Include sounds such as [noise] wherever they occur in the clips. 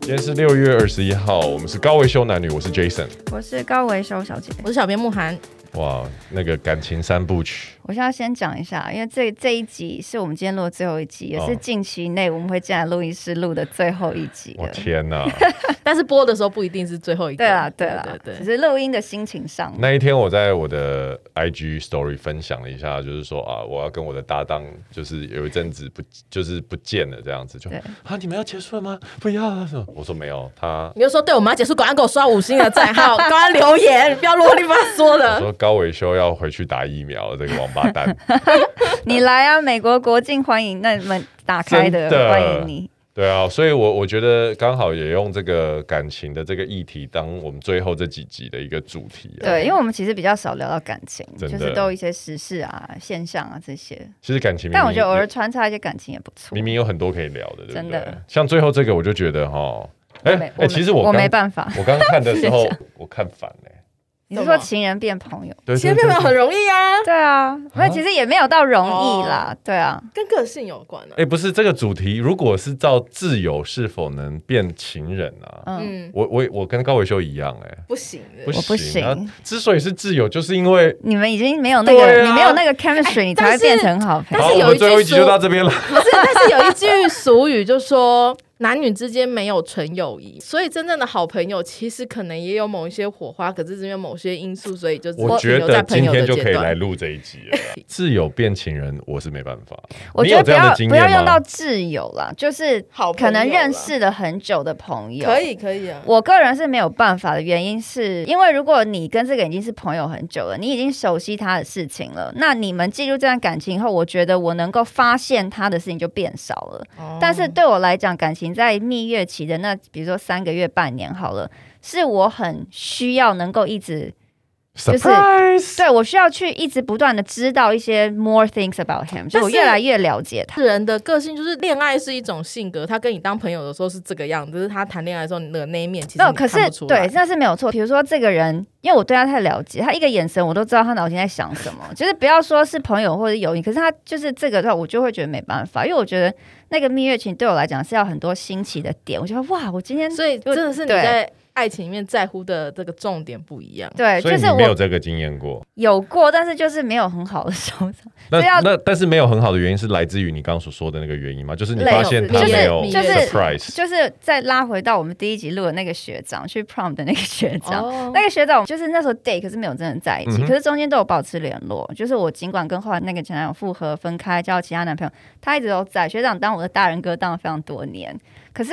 今天是六月二十一号，我们是高维修男女，我是 Jason。我是高维修小姐。我是小编慕寒，哇，那个感情三部曲，我现在先讲一下，因为这这一集是我们今天录的最后一集，也是哦近期内我们会进来录音室录的最后一集我了。天哪！ [laughs] [laughs] 但是播的时候不一定是最后一个。对啦，对啦，对啊只对。是录音的心情上，那一天我在我的 IG Story 分享了一下，就是说啊，我要跟我的搭档，就是有一阵子不就是不见了这样子，就对啊，你们要结束了吗？不要啊！什么我说没有， [laughs] 他你就说，对我们要结束，赶快给我刷五星的赞号， [laughs] 赶快留言，不要啰里吧嗦嗯我的。说高维修要回去打疫苗，这个王八 [laughs] 蛋。你来啊，美国国境欢迎，那门打开真的的欢迎你。对啊，所以我我觉得刚好也用这个感情的这个议题当我们最后这几集的一个主题、啊。对，因为我们其实比较少聊到感情，真就的是都一些时事啊、现象啊这些。其实感情明明，但我觉得偶尔穿插一些感情也不错。明明有很多可以聊的，对不对？真的像最后这个，我就觉得哈，哎、没哎、其实我我刚没办法。我刚看的时 [laughs] 候，我看反了、欸。你是什么说情人变朋友？对前面没有很容易啊，对啊，没有，其实也没有到容易哦啦。对啊，跟个性有关啊哎、。不是这个主题，如果是照自由是否能变情人啊？嗯，嗯，我我我跟高伟修一样、哎，不行的。不我不行啊行！之所以是自由，就是因为你们已经没有那个，对啊你没有那个 chemistry，你才会但是变成好朋但友。好，是有一句我们最后一集说就到这边了。不是，但是有一句俗语就说男女之间没有纯友谊，所以真正的好朋友其实可能也有某一些火花，可是因为某些因素，所以就只我停觉留在得朋今友天的就阶可以来段。录这一集了啦。自由变情人，我是没办法。我你觉有这得不样要的经不要验用到吗？挚友啦，就是好朋友可啦能认识了很久的朋友。可。以，可以啊。我个人是没有办法的原因是，因为如果你跟这个已经是朋友很久了，你已经熟悉他的事情了，那你们进入这段感情后，我觉得我能够发现他的事情就变少了。哦但是对我来讲，感情在蜜月期的那，比如说三个月、半年好了，是我很需要能够一直就是 Surprise！对我需要去一直不断的知道一些 more things about him，所以我越来越了解他。人的个性就是恋爱是一种性格，他跟你当朋友的时候是这个样子，就是他谈恋爱的时候你的那一面其实那你哦可看是不出来。对，那是没有错。比如说这个人，因为我对他太了解，他一个眼神我都知道他脑筋在想什么。就是不要说是朋友或者友谊，可是他就是这个的话，我就会觉得没办法，因为我觉得那个蜜月情对我来讲是要很多新奇的点。我觉得哇，我今天所以真的是你对在爱情里面在乎的这个重点不一样。对，所就以是你没有我这个经验过。有过，但是就是没有很好的收场。那这要那但是没有很好的原因是来自于你刚刚所说的那个原因吗？就是你类发似现他就是没有就是 surprise， [laughs] 就是再拉回到我们第一集录的那个学长去 prom 的那个学长，哦那个学长就是那时候 date，可是没有真的在一起，嗯哼可是中间都有保持联络。就是我尽管跟后来那个前男友复合、分开，交其他男朋友，他一直都在。学长当我的大人哥当了非常多年，可是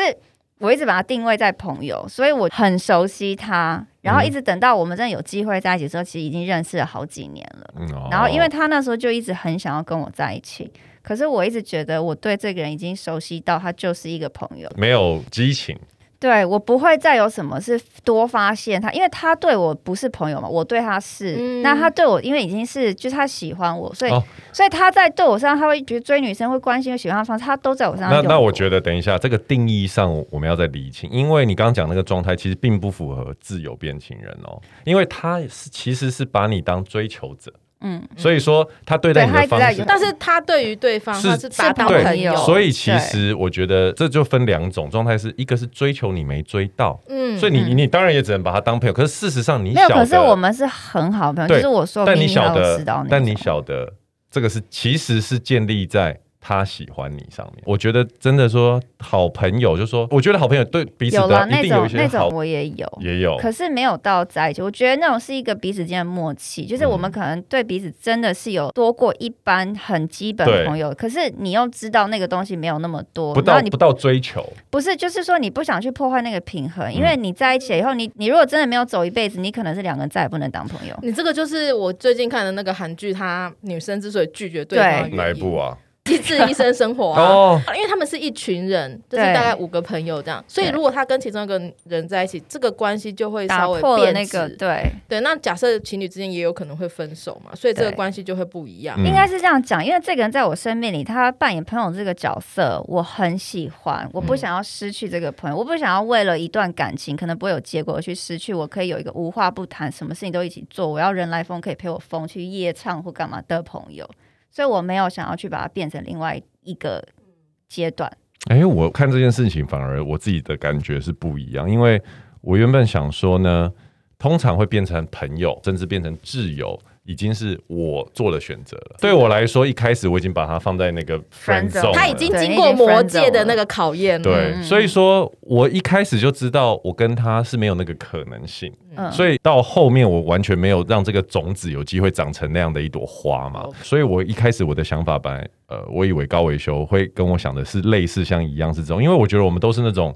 我一直把他定位在朋友，所以我很熟悉他。嗯然后一直等到我们真的有机会在一起的时候，其实已经认识了好几年了。嗯哦然后因为他那时候就一直很想要跟我在一起，可是我一直觉得我对这个人已经熟悉到他就是一个朋友，没有激情，对我不会再有什么是多发现他，因为他对我不是朋友嘛，我对他是，嗯那他对我因为已经是就是他喜欢我，所以、哦所以他在对我身上他会觉得追女生会关心会喜欢的方式，他都在我身上那用那我过觉得等一下这个定义上我们要再理清，因为你刚刚讲那个状态其实并不符合自由变情人哦，因为他是其实是把你当追求者，嗯，所以说他对待你对的他一直在方式有但是他对于对方是他是把他当对朋友，所以其实我觉得这就分两种状态，是一个是追求你没追到，嗯所以你你当然也只能把他当朋友，可是事实上你没有，晓得，可是我们是很好的朋友，对就是我说但秘你密他晓都得知道那，但你种晓得这个是其实是建立在。他喜欢你上面，我觉得真的说好朋友，就说我觉得好朋友对彼此有的了一那定有种一些那种好，我也有，也有可是没有到在一起，我觉得那种是一个彼此间的默契，就是我们嗯可能对彼此真的是有多过一般很基本对的朋友，可是你又知道那个东西没有那么多，不然到后你不到追求，不是就是说你不想去破坏那个平衡，嗯因为你在一起以后，你你如果真的没有走一辈子，你可能是两个人再也不能当朋友。你这个就是我最近看的那个韩剧，她女生之所以拒绝对方的原因哪一部？啊？机智医生生活 [laughs] 啊。哦，因为他们是一群人，就是对大概五个朋友这样，所以对如果他跟其中一个人在一起，这个关系就会打稍微破了变那质个对，对，那假设情侣之间也有可能会分手嘛，所以这个对关系就会不一样。嗯应该是这样讲，因为这个人在我生命里，他扮演朋友这个角色，我很喜欢，我不嗯想要失去这个朋友，我不想要为了一段感情可能不会有结果而去失去，我可以有一个无话不谈，什么事情都一起做，我要人来疯可以陪我疯去夜唱或干嘛的朋友，所以我没有想要去把它变成另外一个阶段。哎、我看这件事情反而我自己的感觉是不一样，因为我原本想说呢，通常会变成朋友，甚至变成挚友。已经是我做的选择了。对我来说，一开始我已经把它放在那个 friend Friend zone zone，他已了经对经已过经魔 friend 界的 zone 那个考验，对，所以说我一开始就知道我跟他是没有那个可能性，嗯所以到后面我完全没有让这个种子有机会长成那样的一朵花嘛。 OK 所以我一开始我的想法本来，呃，我以为高维修会跟我想的是类似像一样是这种，因为我觉得我们都是那种。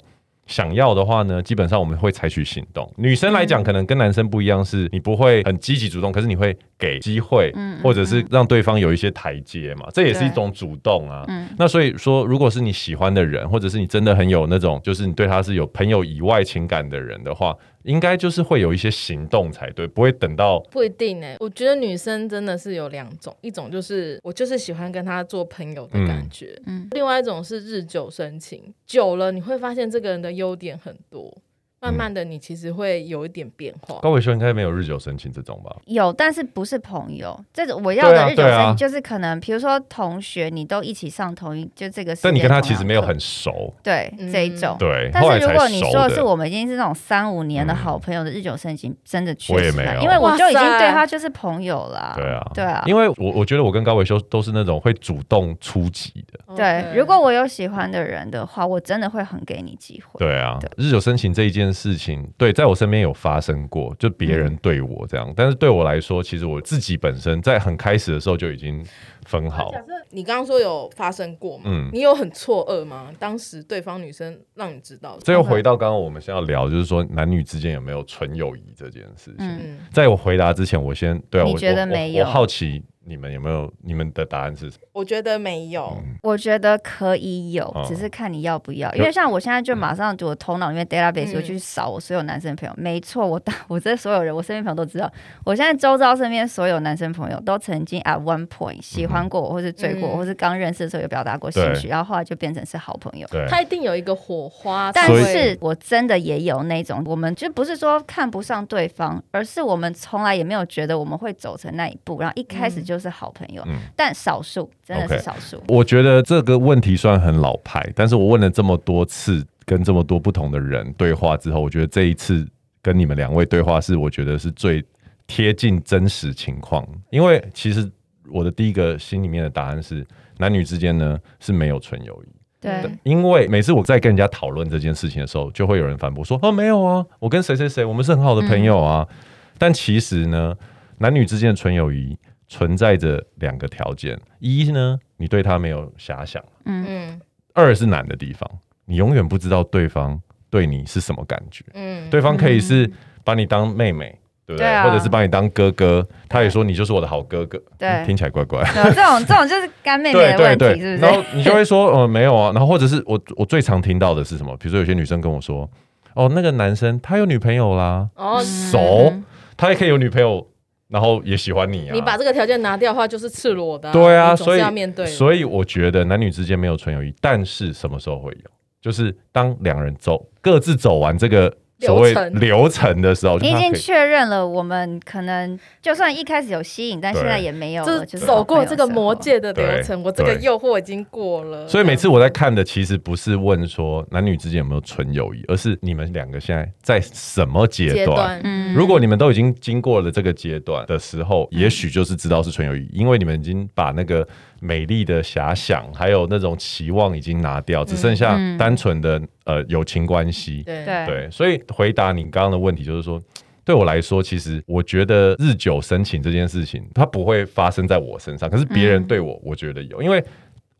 想要的话呢，基本上我们会采取行动。女生来讲，可能跟男生不一样，是你不会很积极主动，可是你会给机会，嗯嗯或者是让对方有一些台阶嘛，这也是一对种主动啊。嗯那所以说，如果是你喜欢的人，或者是你真的很有那种，就是你对他是有朋友以外情感的人的话，应该就是会有一些行动才对，不会等到不一定哎、我觉得女生真的是有两种，一种就是我就是喜欢跟他做朋友的感觉，嗯，另外一种是日久生情，久了你会发现这个人的优点很多，慢慢的你其实会有一点变化。高伟修应该没有日久生情这种吧？有，但是不是朋友。这种我要的日久对啊对啊生就是可能，比如说同学，你都一起上同一，就这个世界但同样课。你跟他其实没有很熟，对嗯这一种。对，但后来是如才果你熟说的是的。嗯我们已经是那种三五年的好朋友的日久生情，真的确我也实没难有因为我就已经哇塞对他就是朋友了。对啊，对啊，因为我我觉得我跟高伟修都是那种会主动出击的，哦对，如果我有喜欢的人的话，我真的会很给你机会。对啊对，日久生情这一件事情，对，在我身边有发生过，就别人嗯对我这样，但是对我来说，其实我自己本身在很开始的时候就已经分好，假设你刚刚说有发生过嘛，嗯你有很错愕吗？当时对方女生让你知道的，这又回到刚刚我们先要聊，就是说男女之间有没有纯友谊这件事情。嗯嗯，在我回答之前，我先对啊，你我觉得我没我有我好奇你们有没有你们的答案是什么？我觉得没嗯有，我觉得可以有哦，只是看你要不要。有嗯因为像我现在就马上，我头脑里面 database 嗯我就去扫我所有男生朋友。没错，我大 [laughs] 我这所有人，我身边朋友都知道，我现在周遭身边所有男生朋友都曾经 at one point 喜欢过我，或是追过我，嗯或是刚认识的时候有表达过兴趣，然后后来就变成是好朋友。对，他一定有一个火花，但才会是我真的也有那种，我们就不是说看不上对方，而是我们从来也没有觉得我们会走成那一步，然后一开始就是好朋友，嗯但少数真的 OK 是少数。我觉得这个问题虽然很老牌，但是我问了这么多次，跟这么多不同的人对话之后，我觉得这一次跟你们两位对话是我觉得是最贴近真实情况，因为其实我的第一个心里面的答案是，男女之间呢是没有纯友谊。对，因为每次我在跟人家讨论这件事情的时候，就会有人反驳说：“哦，没有啊，我跟谁谁谁，我们是很好的朋友啊。嗯但其实呢，男女之间的纯友谊存在着两个条件：一呢，你对他没有遐想；嗯嗯二是难的地方，你永远不知道对方对你是什么感觉。嗯，对方可以是把你当妹妹，对不对？对啊或者是把你当哥哥，他也说你就是我的好哥哥。嗯对听起来怪怪。 [laughs] 对这种这种就是干妹妹的问题，是不然是？后你就会说，呃，没有啊。然后或者是我我最常听到的是什么？比如说有些女生跟我说，哦，那个男生他有女朋友啦，哦，嗯熟，他也可以有女朋友，然后也喜欢你啊。你把这个条件拿掉的话，就是赤裸的、对啊，你总所是以要面对的，所以我觉得男女之间没有纯友谊，但是什么时候会有？就是当两人走各自走完这个所谓流程流程的时候，就你已他经可以确认了，我们可能就算一开始有吸引，但对现在也没有就了，是就是走好朋过友这个生魔活。界的流对程，我这个对诱惑已经过了。所以每次我在看的，其实不是问说男女之间有没有纯友谊，而是你们两个现在在什么阶阶段？段，嗯如果你们都已经经过了这个阶段的时候，也许就是知道是纯友谊，因为你们已经把那个美丽的遐想，还有那种期望已经拿掉，只剩下嗯单纯的呃友情关系。对对对，所以回答你刚刚的问题，就是说，对我来说，其实我觉得日久生情这件事情，它不会发生在我身上，可是别人嗯对我，我觉得有，因为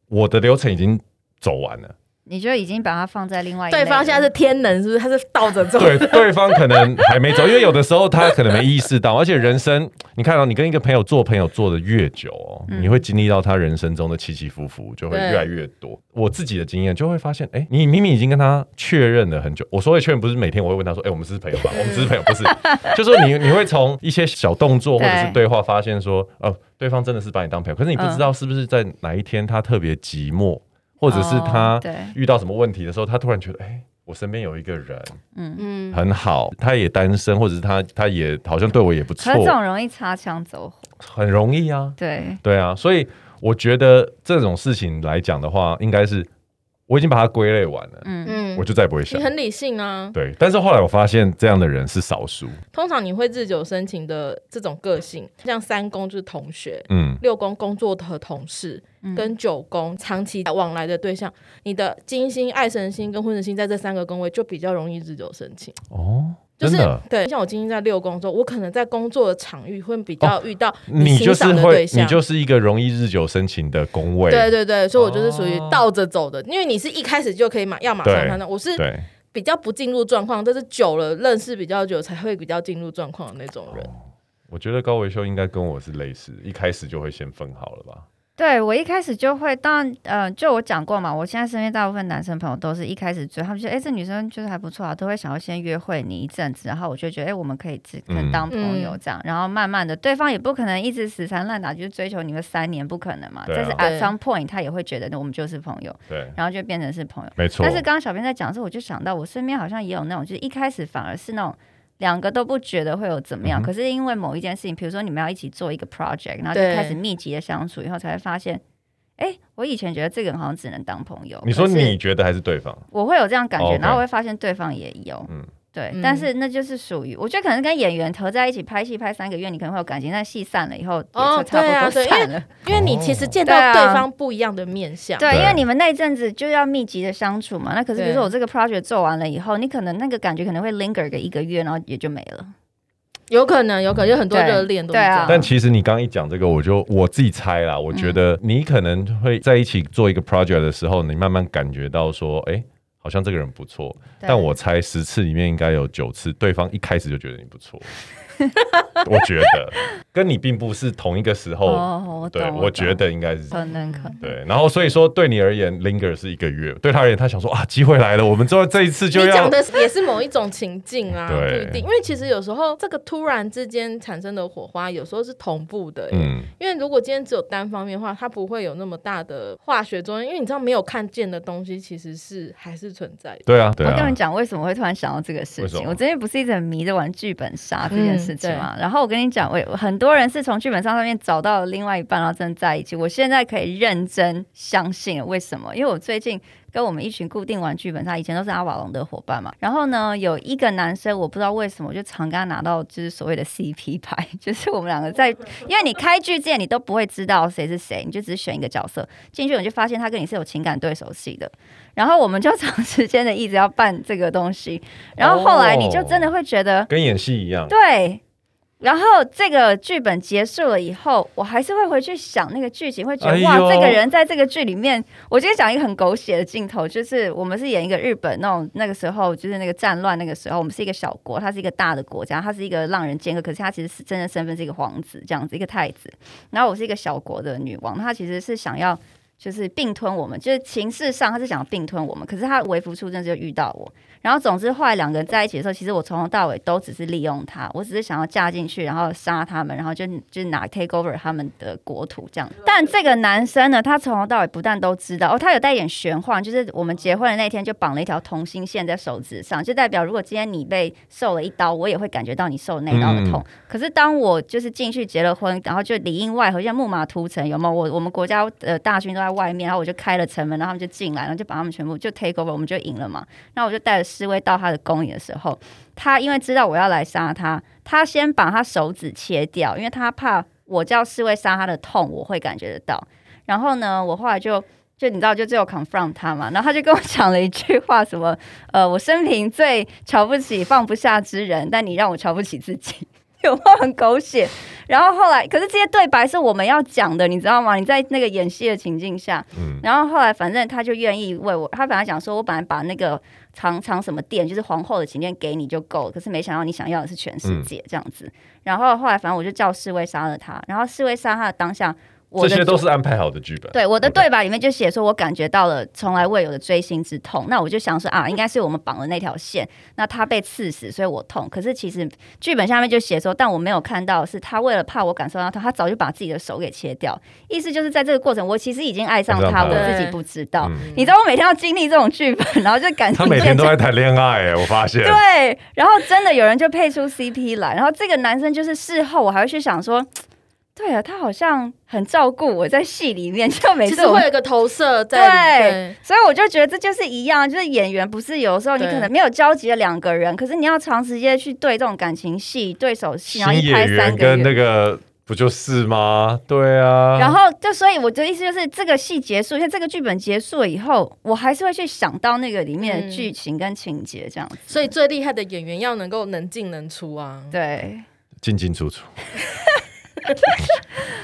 我的流程已经走完了。你就已经把它放在另外一类对方现在了是天能，是不是？他是倒着走，对，对方可能还没走，因为有的时候他可能没意识到， [laughs] 而且人生，你看到、你跟一个朋友做朋友做的越久哦，嗯你会经历到他人生中的起起伏伏，就会对越来越多。我自己的经验就会发现，哎、你明明已经跟他确认了很久，我所谓确认不是每天我会问他说，哎、我们是朋友 [laughs] 吧？我们只是朋友，不是， [laughs] 就是说你你会从一些小动作或者是对嗯对话发现说，哦、对方真的是把你当朋友，可是你不知道是不是在哪一天他特别寂寞，或者是哦他对遇到什么问题的时候，他突然觉得，哎、我身边有一个人，嗯，很好，他也单身，或者是他他也好像对我也不错可是，这种容易擦枪走火。很容易啊，对，对啊，所以我觉得这种事情来讲的话，应该是我已经把它归类完了，嗯，嗯我就再也不会想你。很理性啊。对，但是后来我发现这样的人是少数。通常你会日久生情的这种个性，像三公就是同学，嗯，六宫工作的同事，嗯跟九宫长期往来的对象，你的金星、爱神星跟婚神星在这三个宫位就比较容易日久生情。哦，就真是的，对，像我金星在六宫之后，我可能在工作的场域会比较遇到哦就欣是赏的会对，象。你就是一个容易日久生情的工位。对对对，所以我就是属于哦倒着走的，因为你是一开始就可以马要马上对看到，我是对比较不进入状况，但是久了认识比较久才会比较进入状况的那种人。哦我觉得高维修应该跟我是类似，一开始就会先分好了吧？对我一开始就会，当然，呃，就我讲过嘛，我现在身边大部分男生朋友都是一开始追，他们就觉得，哎，这女生就是还不错啊，都会想要先约会你一阵子，然后我就觉得，哎，我们可以只可能嗯当朋友嗯这样，然后慢慢的，对方也不可能一直死缠烂打，就是追求你们三年，不可能嘛，对但是啊 at some point 他也会觉得我们就是朋友，对，然后就变成是朋友。没错。但是刚刚小编在讲的时候，我就想到我身边好像也有那种，就是一开始反而是那种两个都不觉得会有怎么样，嗯哼可是因为某一件事情，比如说你们要一起做一个 project，然后就对开始密集的相处，以后才会发现，哎，我以前觉得这个人好像只能当朋友，你说可是你觉得还是对方？我会有这样感觉， OK 然后我会发现对方也有，嗯对，嗯但是那就是属于，我觉得可能跟演员合在一起拍戏拍三个月，你可能会有感情，但戏散了以后也就哦差不对啊多对因为散了，因为你其实见对啊到对方不一样的面相，对，啊对因为你们那一阵子就要密集的相处嘛。那可是比如对说我这个 project 做完了以后，你可能那个感觉可能会 linger 个一个月，然后也就没了。有可能，有可能，有很多对热恋都是这对啊样。但其实你刚一讲这个，我就我自己猜啦，我觉嗯得你可能会在一起做一个 project 的时候，你慢慢感觉到说，哎、好像这个人不错。对但我猜十次里面应该有九次，对方一开始就觉得你不 [laughs] 错。我觉得跟你并不是同一个时候，哦，我懂对，我我觉懂得应该是这样可能可能。对。然后所以说，对你而言，linger 是一个月；对他而言，他想说啊，机会来了，我们这这一次就你要讲的是也是某一种情境啊，不对一定，因为其实有时候这个突然之间产生的火花，有时候是同步的、嗯，因为如果今天只有单方面的话，它不会有那么大的化学作用，因为你知道没有看见的东西其实是还是存在的。对啊，对我跟啊你，讲，为什么会突然想到这个事为什情？么我最近不是一直很迷着玩剧本杀这件事情嗯嘛、然后我跟你讲，我我很多人是从剧本杀上面找到另外一半，然后真的在一起。我现在可以认真相信了，为什么？因为我最近跟我们一群固定玩剧本杀，以前都是阿瓦隆的伙伴嘛。然后呢，有一个男生，我不知道为什么，我就常跟他拿到就是所谓的 CP 牌， [laughs] 就是我们两个在，因为你开剧之前你都不会知道谁是谁，你就只选一个角色进去，你就发现他跟你是有情感对手戏的。然后我们就长时间的一直要办这个东西，然后后来你就真的会觉得、跟演戏一样。对。然后这个剧本结束了以后，我还是会回去想那个剧情，会觉得、哎呦哇，这个人在这个剧里面。我今天讲一个很狗血的镜头，就是我们是演一个日本那种那个时候就是那个战乱那个时候，我们是一个小国，它是一个大的国家，它是一个让人尖刻，可是它其实是真正身份是一个皇子这样子一个太子。然后我是一个小国的女王，她其实是想要就是并吞我们，就是情势上她是想要并吞我们，可是她微服出征就遇到我。然后总之后来两个人在一起的时候，其实我从头到尾都只是利用她，我只是想要嫁进去，然后杀他们，然后就就拿 take over 他们的国土这样。但这个男生呢，他从头到尾不但都知道，哦，他有带一点玄幻，就是我们结婚的那天就绑了一条同心线在手指上，就代表如果今天你被受了一刀，我也会感觉到你受那一刀的痛。嗯可是当我就是进去结了婚，然后就里应外合，像木马屠城，有没有？我我们国家呃大军都在外面，然后我就开了城门，然后他们就进来，然后就把他们全部就 take over，我们就赢了嘛。那我就带着侍卫到他的宫里的时候，他因为知道我要来杀他，他先把他手指切掉，因为他怕我叫侍卫杀他的痛，我会感觉得到。然后呢，我后来就。就你知道，就最后 confront 他嘛，然后他就跟我讲了一句话，什么呃，我生平最瞧不起放不下之人，但你让我瞧不起自己。 [laughs] 有没有很狗血？然后后来，可是这些对白是我们要讲的，你知道吗？你在那个演戏的情境下，嗯，然后后来反正他就愿意为我，他本来讲说我本来把那个藏藏什么殿，就是皇后的寝殿给你就够了，可是没想到你想要的是全世界嗯这样子。然后后来反正我就叫侍卫杀了他，然后侍卫杀他的当下，我这的些都是安排好的剧本。对，我的 OK 对白里面就写说，我感觉到了从来未有的锥心之痛。那我就想说啊，应该是我们绑了那条线，那他被刺死，所以我痛。可是其实剧本下面就写说，但我没有看到的是他为了怕我感受到痛，他早就把自己的手给切掉。意思就是在这个过程，我其实已经爱上爱上他，他我了自己不知道。嗯你知道我每天要经历这种剧本，然后就 [laughs] 感 [laughs] 他情每天变都成在谈恋爱、欸，我发现。对，啊然后真的有人就配出 CP 来，然后这个男生就是事后我还会去想说，对啊，他好像很照顾我，在戏里面就每其次实我会有一个投射在。对，所以我就觉得这就是一样，就是演员不是有时候你对可能没有交集的两个人，可是你要长时间去对这种感情戏、对手戏，新然后一拍演三员个跟那月。个不就是吗？对啊， [laughs] 然后就，所以我的意思就是，这个戏结束，像这个剧本结束了以后，我还是会去想到那个里面的嗯剧情跟情节这样子。所以最厉害的演员要能够能进能出啊。对，进进出出，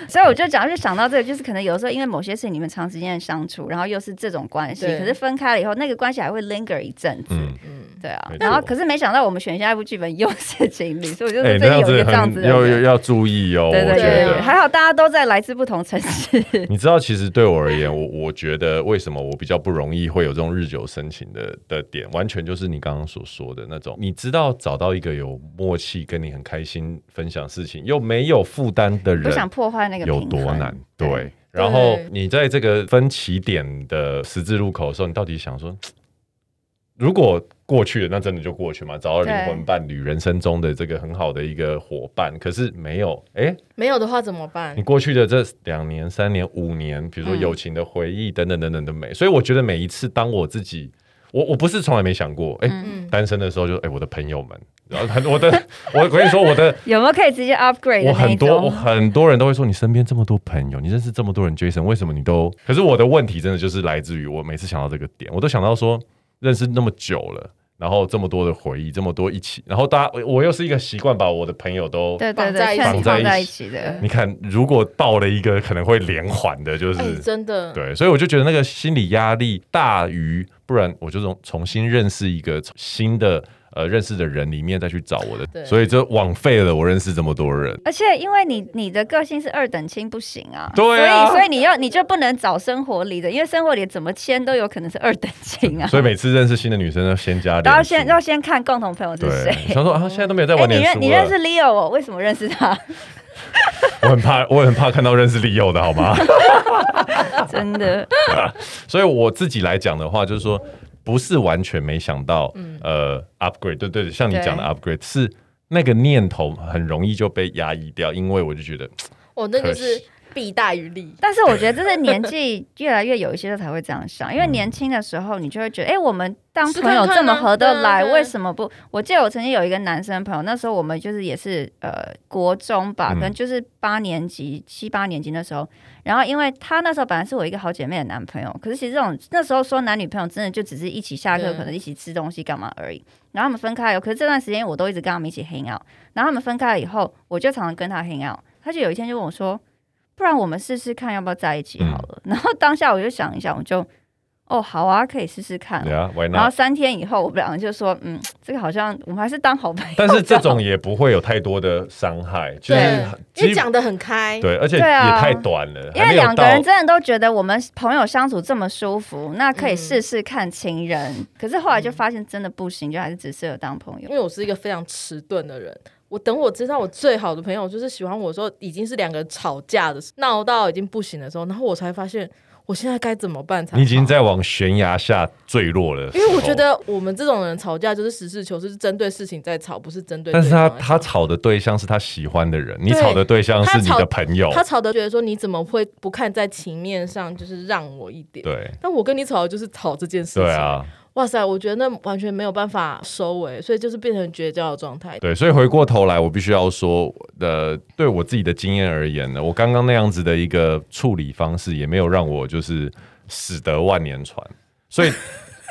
所以我就讲，就想到这个，就是可能有的时候因为某些事情你们长时间的相处，然后又是这种关系，对可是分开了以后，那个关系还会 linger 一阵子。嗯，嗯，对啊没，然后错可是没想到我们选下一部剧本又是情侣，所以我就是哎，最那样近有一子个这样子很的要要人。要注意哦，我对对觉对对，得对。还好大家都在来自不同城市，你知道，其实对我而言，我我觉得为什么我比较不容易会有这种日久生情的的点，完全就是你刚刚所说的那种，你知道找到一个有默契、跟你很开心分享事情又没有负担的不人，想破坏那个有平多衡难？对。然后你在这个分歧点的十字路口的时候，你到底想说，嘖如果过去了，那真的就过去嘛，找到灵魂伴侣，人生中的这个很好的一个伙伴。可是没有，哎、没有的话怎么办你？过去的这两年、三年、五年，比如说嗯友情的回忆等等等等的美，嗯所以我觉得每一次当我自己，我我不是从来没想过，哎、嗯单身的时候就哎、我的朋友们，然后很 [laughs] 我的，我跟你说我的有没有可以直接 upgrade 的我那一很多我种？很多人都会说，你身边这么多朋友，你认识这么多人，Jason，为什么你都？可是我的问题真的就是来自于我每次想到这个点，我都想到说认识那么久了，然后这么多的回忆，这么多一起，然后大家我我又是一个习惯把我的朋友都。对对绑对，在一圈起放绑在在一一起的对。你看，如果爆了一个可能会连环的，就是、哎，真的，对，所以我就觉得那个心理压力大于，不然我就重重新认识一个新的呃认识的人里面再去找我对的，所以就枉费了我认识这么多人。而且因为你你的个性是二等亲不行啊，对啊所以所以你要你就不能找生活里的，因为生活里怎么签都有可能是二等亲 [laughs] 啊。所以每次认识新的女生要先加都要点数，先要先看共同朋友是谁。对，想说啊，现在都没有在哎，玩你脸认书你了 [laughs] 认识 Leo 哦？为什么认识他？我很怕，我很怕看到认识利诱的好 [laughs] 吗？真的，所以我自己来讲的话，就是说不是完全没想到，呃，upgrade，对对对，像你讲的嗯对 upgrade 是那个念头很容易就被压抑掉，因为我就觉得我哦那就可是惜弊大于利。但是我觉得这是年纪越来越有一些人才会这样想，因为年轻的时候你就会觉得，哎、我们当朋友这么合得来，嗯试看看啊对啊为什么不？我记得我曾经有一个男生朋友，那时候我们就是也是呃国中吧，嗯可能就是八年级、七八年级那时候，然后因为他那时候本来是我一个好姐妹的男朋友，可是其实这种那时候说男女朋友真的就只是一起下课，对可能一起吃东西干嘛而已。然后他们分开了，可是这段时间我都一直跟他们一起 hang out。然后他们分开了以后，我就常常跟他 hang out。他就有一天就问我说：“不然我们试试看，要不要在一起好了？”然后当下我就想一想，我就哦好啊，可以试试看对。啊，why 然后 not？三天以后，我们两个就说：“嗯，这个好像我们还是当好朋 [laughs] 友。”但是这种也不会有太多的伤害，就是对，因基为讲的很开。对，而且也对啊太短了，因还没为有两个人到真的都觉得我们朋友相处这么舒服，那可以试试看情人。可是后来就发现真的不行，就还是只适合当朋友因。为我是一个非常迟钝的人。我等我知道我最好的朋友就是喜欢我的时候，已经是两个人吵架的时候闹到已经不行的时候，然后我才发现我现在该怎么办才好。你已经在往悬崖下坠落了，因为我觉。得我们这种人吵架就是实事求是，是针对事情在吵，不是针对对但方是在吵。他他吵的对象是他喜欢的人，你对吵的对象是他你吵的朋友，他吵的觉得说你怎么会不看在情面上，就是让我一点。对但我跟你吵的就是吵这件事情。对啊，哇塞，我觉得那完全没有办法收尾，所以就是变成绝交的状态。对，所以回过头来，我必须要说，呃，对我自己的经验而言呢，我刚刚那样子的一个处理方式，也没有让我就是死得万年船。 [laughs] 所以，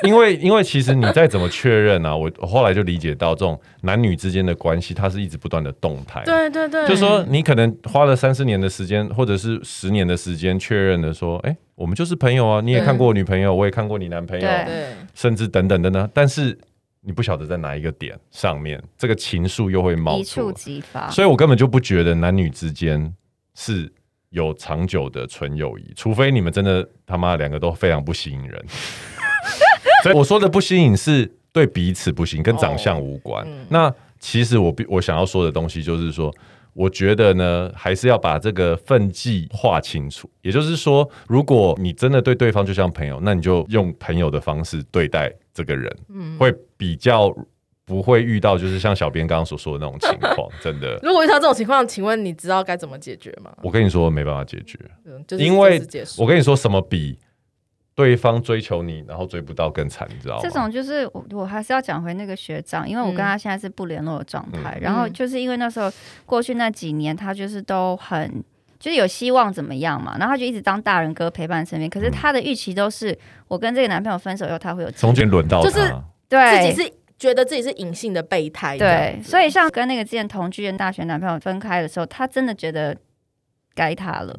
因为因为其实你再怎么确认啊，我我后来就理解到，这种男女之间的关系，它是一直不断的动态。对对对，就说你可能花了三四年的时间，或者是十年的时间确认的说，哎、我们就是朋友啊，你也看过我女朋友，我也看过你男朋友，对对甚至等等的呢。但是你不晓得在哪一个点上面，这个情愫又会冒一出，触即啊发，所以我根本就不觉得男女之间是。有长久的纯友谊，除非你们真的他妈两个都非常不吸引人。 [laughs] 所以我说的不吸引是对彼此不行，跟长相无关。哦嗯那其实我必我想要说的东西就是说，我觉得呢，还是要把这个分际划清楚。也就是说，如果你真的对对嗯方就像朋友，那你就用朋友的方式对待这个人，会比较不会遇到就是像小编刚刚所说的那种情况，真的。 [laughs] 如果遇到这种情况，请问你知道该怎么解决吗？我跟你说没办法解决，嗯就是因为就此结束我跟你说什么比对方追求你然后追不到更惨，你知道吗？这种就是我，我还是要讲回那个学长，因为我跟他现在是不联络的状态。嗯然后就是因为那时候过去那几年，他就是都很就是有希望怎么样嘛，然后他就一直当大人哥陪伴身边。可嗯是他的预期都是，我跟这个男朋友分手以后，他会有中间轮到他，就是对自己是觉得自己是隐性的备胎，对，所以以像跟那个之前同居的大学男朋友分开的时候，他真的觉得该他了。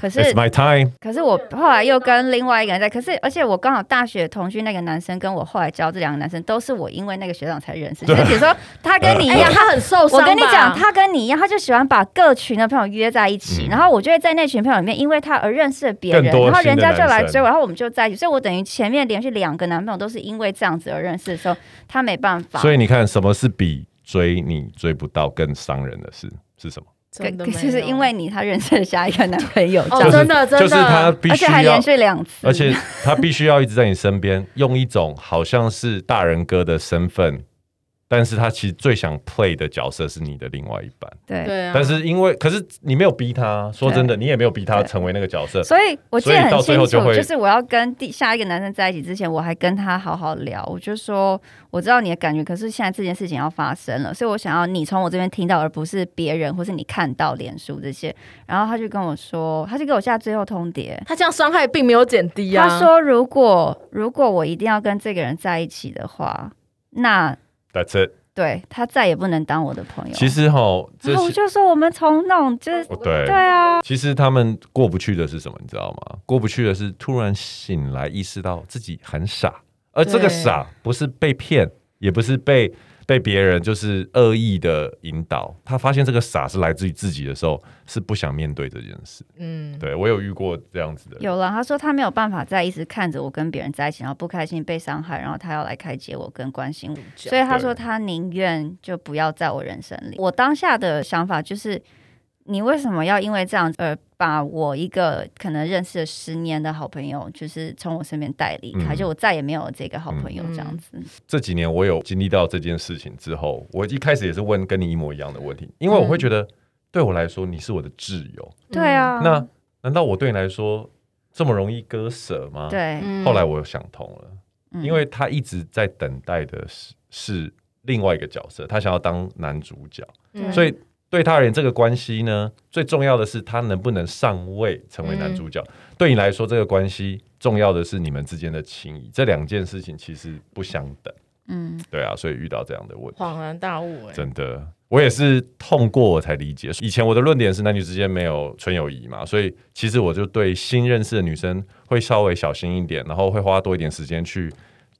可是 It's my time，可是我后来又跟另外一个人在，可是而且我刚好大学同居那个男生跟我后来交这两个男生都是我因为那个学长才认识，就是比如说他跟你一哎呀，样。他很受伤我吧。跟你讲，他跟你一样，他就喜欢把各群的朋友约在一起，嗯然后我就会在那群朋友里面，因为他而认识了别人，更多然后人家就来新的男追生我，然后我们就在一起，所以我等于前面连续两个男朋友都是因为这样子而认识的时候，他没办法。所以你看什么是比追你追不到更伤人的事是什么？可真的可没有就是因为你，他认识了下一个男朋友，这哦样，就是真的真的就是他必而须且还要连，续两次， [laughs] 而且他必须要一直在你身边，用一种好像是大人哥的身份，但是他其实最想 play 的角色是你的另外一半。对，对啊，但是因为，可是你没有逼他，说真的，你也没有逼他成为那个角色，所以我记所得以很到最清后楚，就会就是我要跟第下一个男生在一起之前，我还跟他好好聊，我就说我知道你的感觉，可是现在这件事情要发生了，所以我想要你从我这边听到，而不是别人或是你看到脸书这些。然后他就跟我说，他就给我下最后通牒。他这样伤害并没有减低啊。他说：“如果如果我一定要跟这个人在一起的话，那 That's it。对他再也不能当我的朋友。”其实哈，这然啊后我是就说，我们从那种就是哦对对啊，其实他们过不去的是什么，你知道吗？过不去的是突然醒来，意识到自己很傻，而这个对傻不是被骗，也不是被被别人就是恶意的引导。他发现这个傻是来自于自己的时候，是不想面对这件事。嗯，对我有遇过这样子的人，有了，他说他没有办法再一直看着我跟别人在一起，然后不开心、被伤害，然后他要来开解我跟关心我，所啊以他说对他宁愿就不要在我人生里。我当下的想法就是，你为什么要因为这样而把我一个可能认识了十年的好朋友，就是从我身边带离开，嗯就我再也没有这个好朋友嗯这样子。这几年我有经历到这件事情之后，我一开始也是问跟你一模一样的问题，因为我会觉得、对我来说你是我的挚友，对啊，嗯那难道我对你来说这么容易割舍吗？。对，嗯后来我想通了，嗯因为他一直在等待的是是另外一个角色，他想要当男主角，嗯所以对他而言，这个关系呢，最重要的是他能不能上位成为男主角。嗯对你来说，这个关系重要的是你们之间的情谊，这两件事情其实不相等。嗯，对啊，所以遇到这样的问题，恍然大悟哎，真的，我也是痛过我才理解。以前我的论点是男女之间没有纯友谊嘛，所以其实我就对新认识的女生会稍微小心一点，然后会花多一点时间去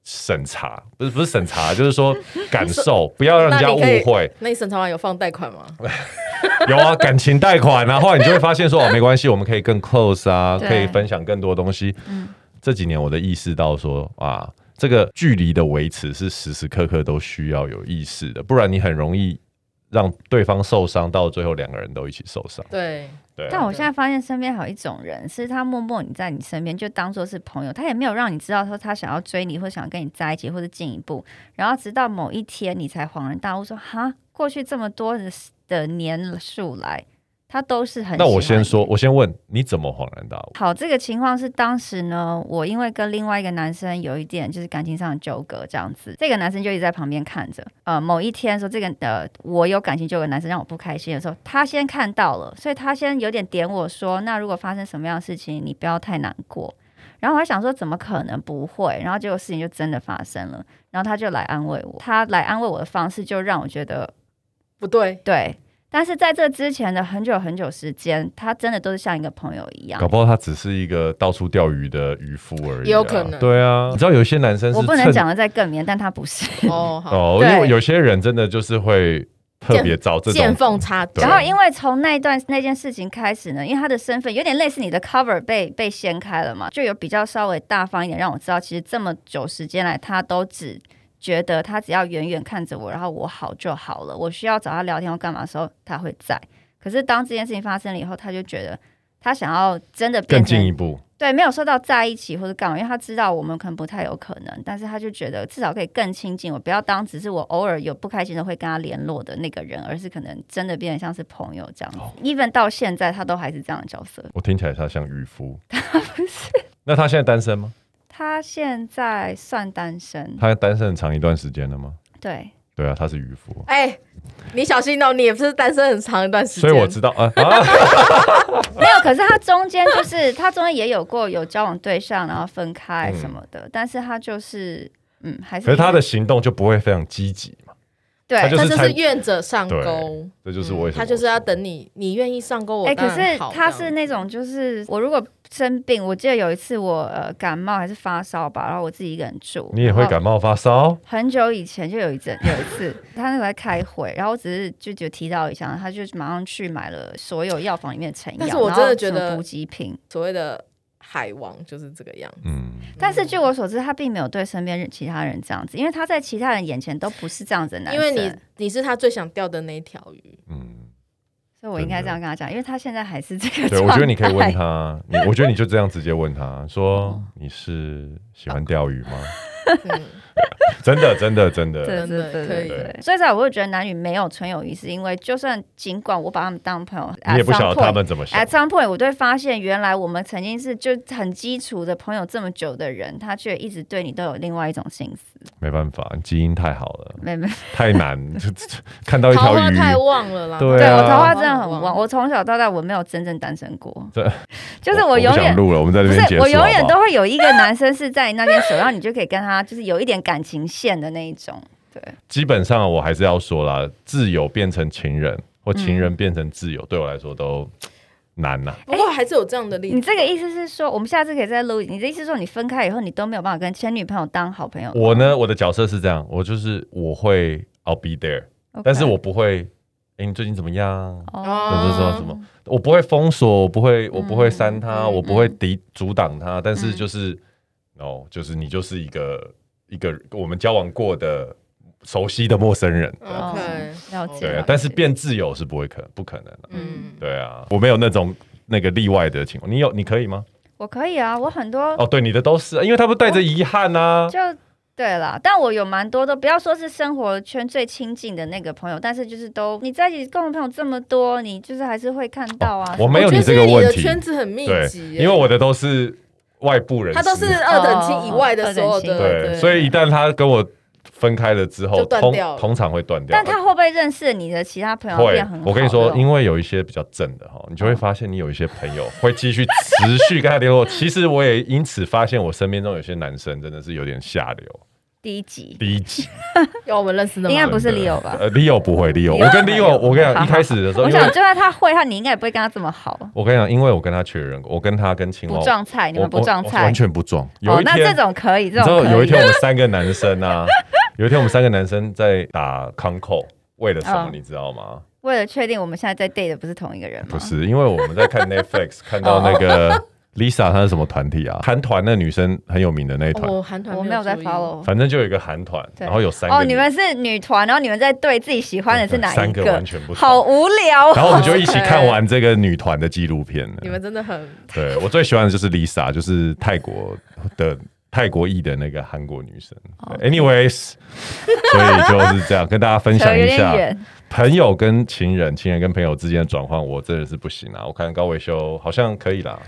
审查，不是不是审查，就是说感受，不要让人家误那你可会。那你审查完有放贷款吗？ [laughs] 有啊，感情贷款啊，后来你就会发现说哦，没关系，我们可以更 close 啊， [laughs] 对嗯可以分享更多东西。这几年我的意识到说啊，这个距离的维持是时时刻刻都需要有意识的，不然你很容易让对方受伤，到最后两个人都一起受伤。对，对啊、但我现在发现身边还有一种人，是他默默你在你身边，就当做是朋友，他也没有让你知道说他想要追你，或想跟你在一起，或者进一步。然后直到某一天，你才恍然大悟说：“哈，过去这么多的的年数来，他都是很……”那我先说，。我先问你怎么恍然大悟？好，这个情况是当时呢，我因为跟另外一个男生有一点就是感情上的纠葛这样子，这个男生就一直在旁边看着。呃，某一天说这个呃我有感情纠葛的男生让我不开心的时候，他先看到了，所以他先有点点我说，那如果发生什么样的事情，你不要太难过。然后我还想说，怎么可能不会？然后结果事情就真的发生了，然后他就来安慰我，他来安慰我的方式就让我觉得不 [laughs] 对？对。但是在这之前的很久很久时间，他真的都是像一个朋友一样搞，不好他只是一个到处钓鱼的渔夫而已、啊，也有可能对啊，你知道有些男生是我不能趁讲的再更绵，但他 [laughs] 不是。哦，好，哦，因对为有些人真的就是会特别找这见种缝插针。对然后因为从那一段那件事情开始呢，因为他的身份有点类似你的 cover 被被掀开了嘛，就有比较稍微大方一点，让我知道其实这么久时间来，他都只觉得他只要远远看着我，然后我好就好了。我需要找他聊天或干嘛的时候，他会在。可是当这件事情发生了以后，他就觉得他想要真的更变成进一步，对，没有说到在一起或者干嘛，因为他知道我们可能不太有可能，但是他就觉得至少可以更亲近，我不要当只是我偶尔有不开心的会跟他联络的那个人，而是可能真的变得像是朋友这样哦子。even 到现在，他都还是这样的角色。我听起来他像渔夫，他不是？那他现在单身吗？他现在算单身，他单身很长一段时间了吗？ [laughs] 对，对啊，他是渔夫，哎、你小心哦，你也不是单身很长一段时所间，以我知道啊啊，没有。可是他中间就是他中间也有过有交往对象，然后分开什么的，但是他就是嗯，还是嗯可是他的行动就不会非常积极嘛，对他就他是就才是愿者上对钩，这就是我为什么嗯他就是要等你，你愿意上钩我哎、当可然是好。他这是样那种，就是我如果生病，我记得有一次我呃感冒还是发烧吧，然后我自己一个人住，你也会。感冒发烧，很久以前就有一阵有一次，他那时候在开会，然后我只是就就提到一下，他就马上去买了所有药房里面的成药，但是我然后真的觉什么得补给品。所谓的海王就是这个样子。嗯，但是据我所知，他并没有对身边人其他人这样子，因为他在其他人眼前都不是这样子的男因生。为你，你是他最想钓的那一条 [laughs] 鱼，嗯，所以我应该这样跟他讲，因为他现在还是这个对，状我态。觉得你可以问他，你我觉得你就这样直接问他说你是喜欢钓鱼吗？嗯，真的，真的，真的，对真的对可对以对，所以才我会觉得男女没有纯友谊，是因为就算尽管我把他们当朋友，你也不 at some 晓得他 point- 们怎么想 at。some point，我都会发现原来我们曾经是就很基础的朋友这么久的人，他却一直对你都有另外一种心思。没办法，基因太好了，没没，太难， [laughs] 就就看到一桃条花鱼，太旺了啦。对对啊我桃花真的很桃花旺，我从小到大我没有真正单身过对，就是我我永不想远。录了，我们在不这是边结，束我永远好不好都会有一个男生是在你那边守，然后你就可以跟他就是有一点感情线的那一种。对，基本上我还是要说啦，挚友变成情人或情人变成挚友，对我来说都难呐、不过还是有这样的例你子。这个意思是说，我们下次可以再录一集。你的意思是说，你分开以后，你都没有办法跟前女朋友当好朋友？嗯我呢，我的角色是这样，我就是我会 I'll be there，、 OK，但是我不会，哎、你最近怎么样？什哦，么什么什么，我不会封锁，我不会，我不会删他，嗯我不会抵阻挡他，但是嗯就是，哦，就是你就是一个一个我们交往过的熟悉的陌生人，嗯哦 OK，了解对了啊解，但是变挚友是不会可不可能的、嗯，对啊，我没有那种那个例外的情况，你有你可以吗？我可以啊，我很多哦，对，你的都是，因为他们带着遗憾啊，哦就对了，但我有蛮多都不要说是生活圈最亲近的那个朋友，但是就是都你在一起共同朋友这么多，你就是还是会看到啊。哦我没有我觉得这是个你问的题，圈子很密对，集耶，因为我的都是外部人士，他都是二等亲以外的所有的，哦对，所以一旦他跟我分开了之后，就断通掉了通常会断掉，啊但他会不会认识你的其他朋友会变很，好？我跟你说，为因为有一些比较正的哈，你就会发现你有一些朋嗯友会继续持续跟他联络。 [laughs] 其实我也因此发现，我身边中有些男生真的是有点下流、第一集低级。有我们认识的应该吗？不是真的 Leo 吧呃，Leo 不会，Leo， Leo 我跟不会 Leo，我跟你好讲，好一开始的时候，我因为想就算他会，他你应该也不会跟他这么好，我跟你讲，因为我跟他确认过，我跟他跟青蛙不撞菜，你我们不撞我我菜完。全不撞。有哦一，那这天，种可以，你这知道种可以。有一 [laughs] 天我们三个男生啊，有一天我们三个男生在打 c o n c o 为了什么嗯你知道吗？为了确定我们现在在 date 的不是同一个人吗？哦不，是，因为我们在看 [laughs] Netflix 看到那个 Lisa，她是什么团体啊？韩团那女生很有名的那一团，我哦韩团我没有在注意哦 follow。反正就有一个韩团，哦对然后有三个哦，女你们是女团，然后你们在对自己喜欢的是哪一三个完全不同好无聊然哦。后我们就一起看完这个女团的纪录片了。你们真的很 [laughs] 对我最喜欢的就是 Lisa，就是泰国的泰国裔的那个韩国女生。哦对 Anyways，所以就是这样跟大家分扯享 [laughs] 有一点下远，朋友跟情人、情人跟朋友之间的转换，我真的是不行啊！我看高维修好像可以啦，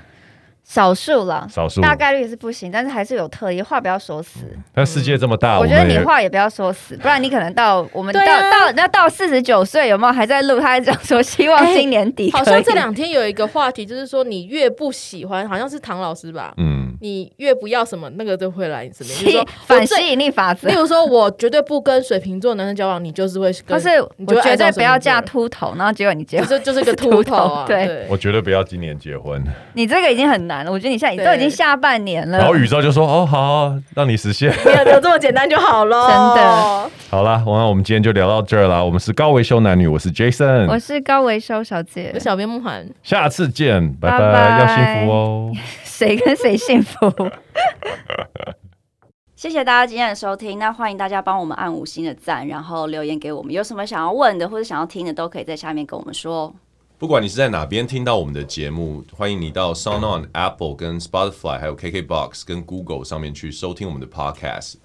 少数了，少数。大概率是不行，但是还是有特例，话不要说死。但世界这么大，嗯我觉得啊们你也话也不要说死，不然你可能到我们到对啊到那到四十九岁有没有还在录？他还讲说希望今年底可以哎好像这两天有一个话题，就是说你越不喜欢，好像是唐老师吧，嗯，你越不要什么，那个都会来你身边。就是吸说 [laughs] [laughs] 反我最吸引力法则 [laughs] 例，如说，我绝对不跟水瓶座男生交往，你就是会跟，就是你就 [laughs] 我会绝爱上对水不要瓶座嫁人，秃头，然后结果你结就婚，是就是个秃秃头头啊，对对 [laughs] 我绝对不要今年结婚。你这个已经很难了。我觉得你现在对都已经下半年了然，后宇宙就说：“哦，好啊，让你实现。 [laughs] 没有没有这么简单就好了，真的。”好啦，那我们今天就聊到这儿啦。我们是高维修男女，我是 Jason，我是高维修小姐 [laughs] 我，小编慕寒，下次见，拜拜拜要幸福哦。谁跟谁幸福？谢谢大家今天的收听，那欢迎大家帮我们按五星的赞，然后留言给我们，有什么想要问的或者想要听的，都可以在下面跟我们说哦。不管你是在哪边听到我们的节目，欢迎你到 SoundOn、Apple、跟 Spotify、还有 KKBox、跟 Google 上面去收听我们的 Podcast。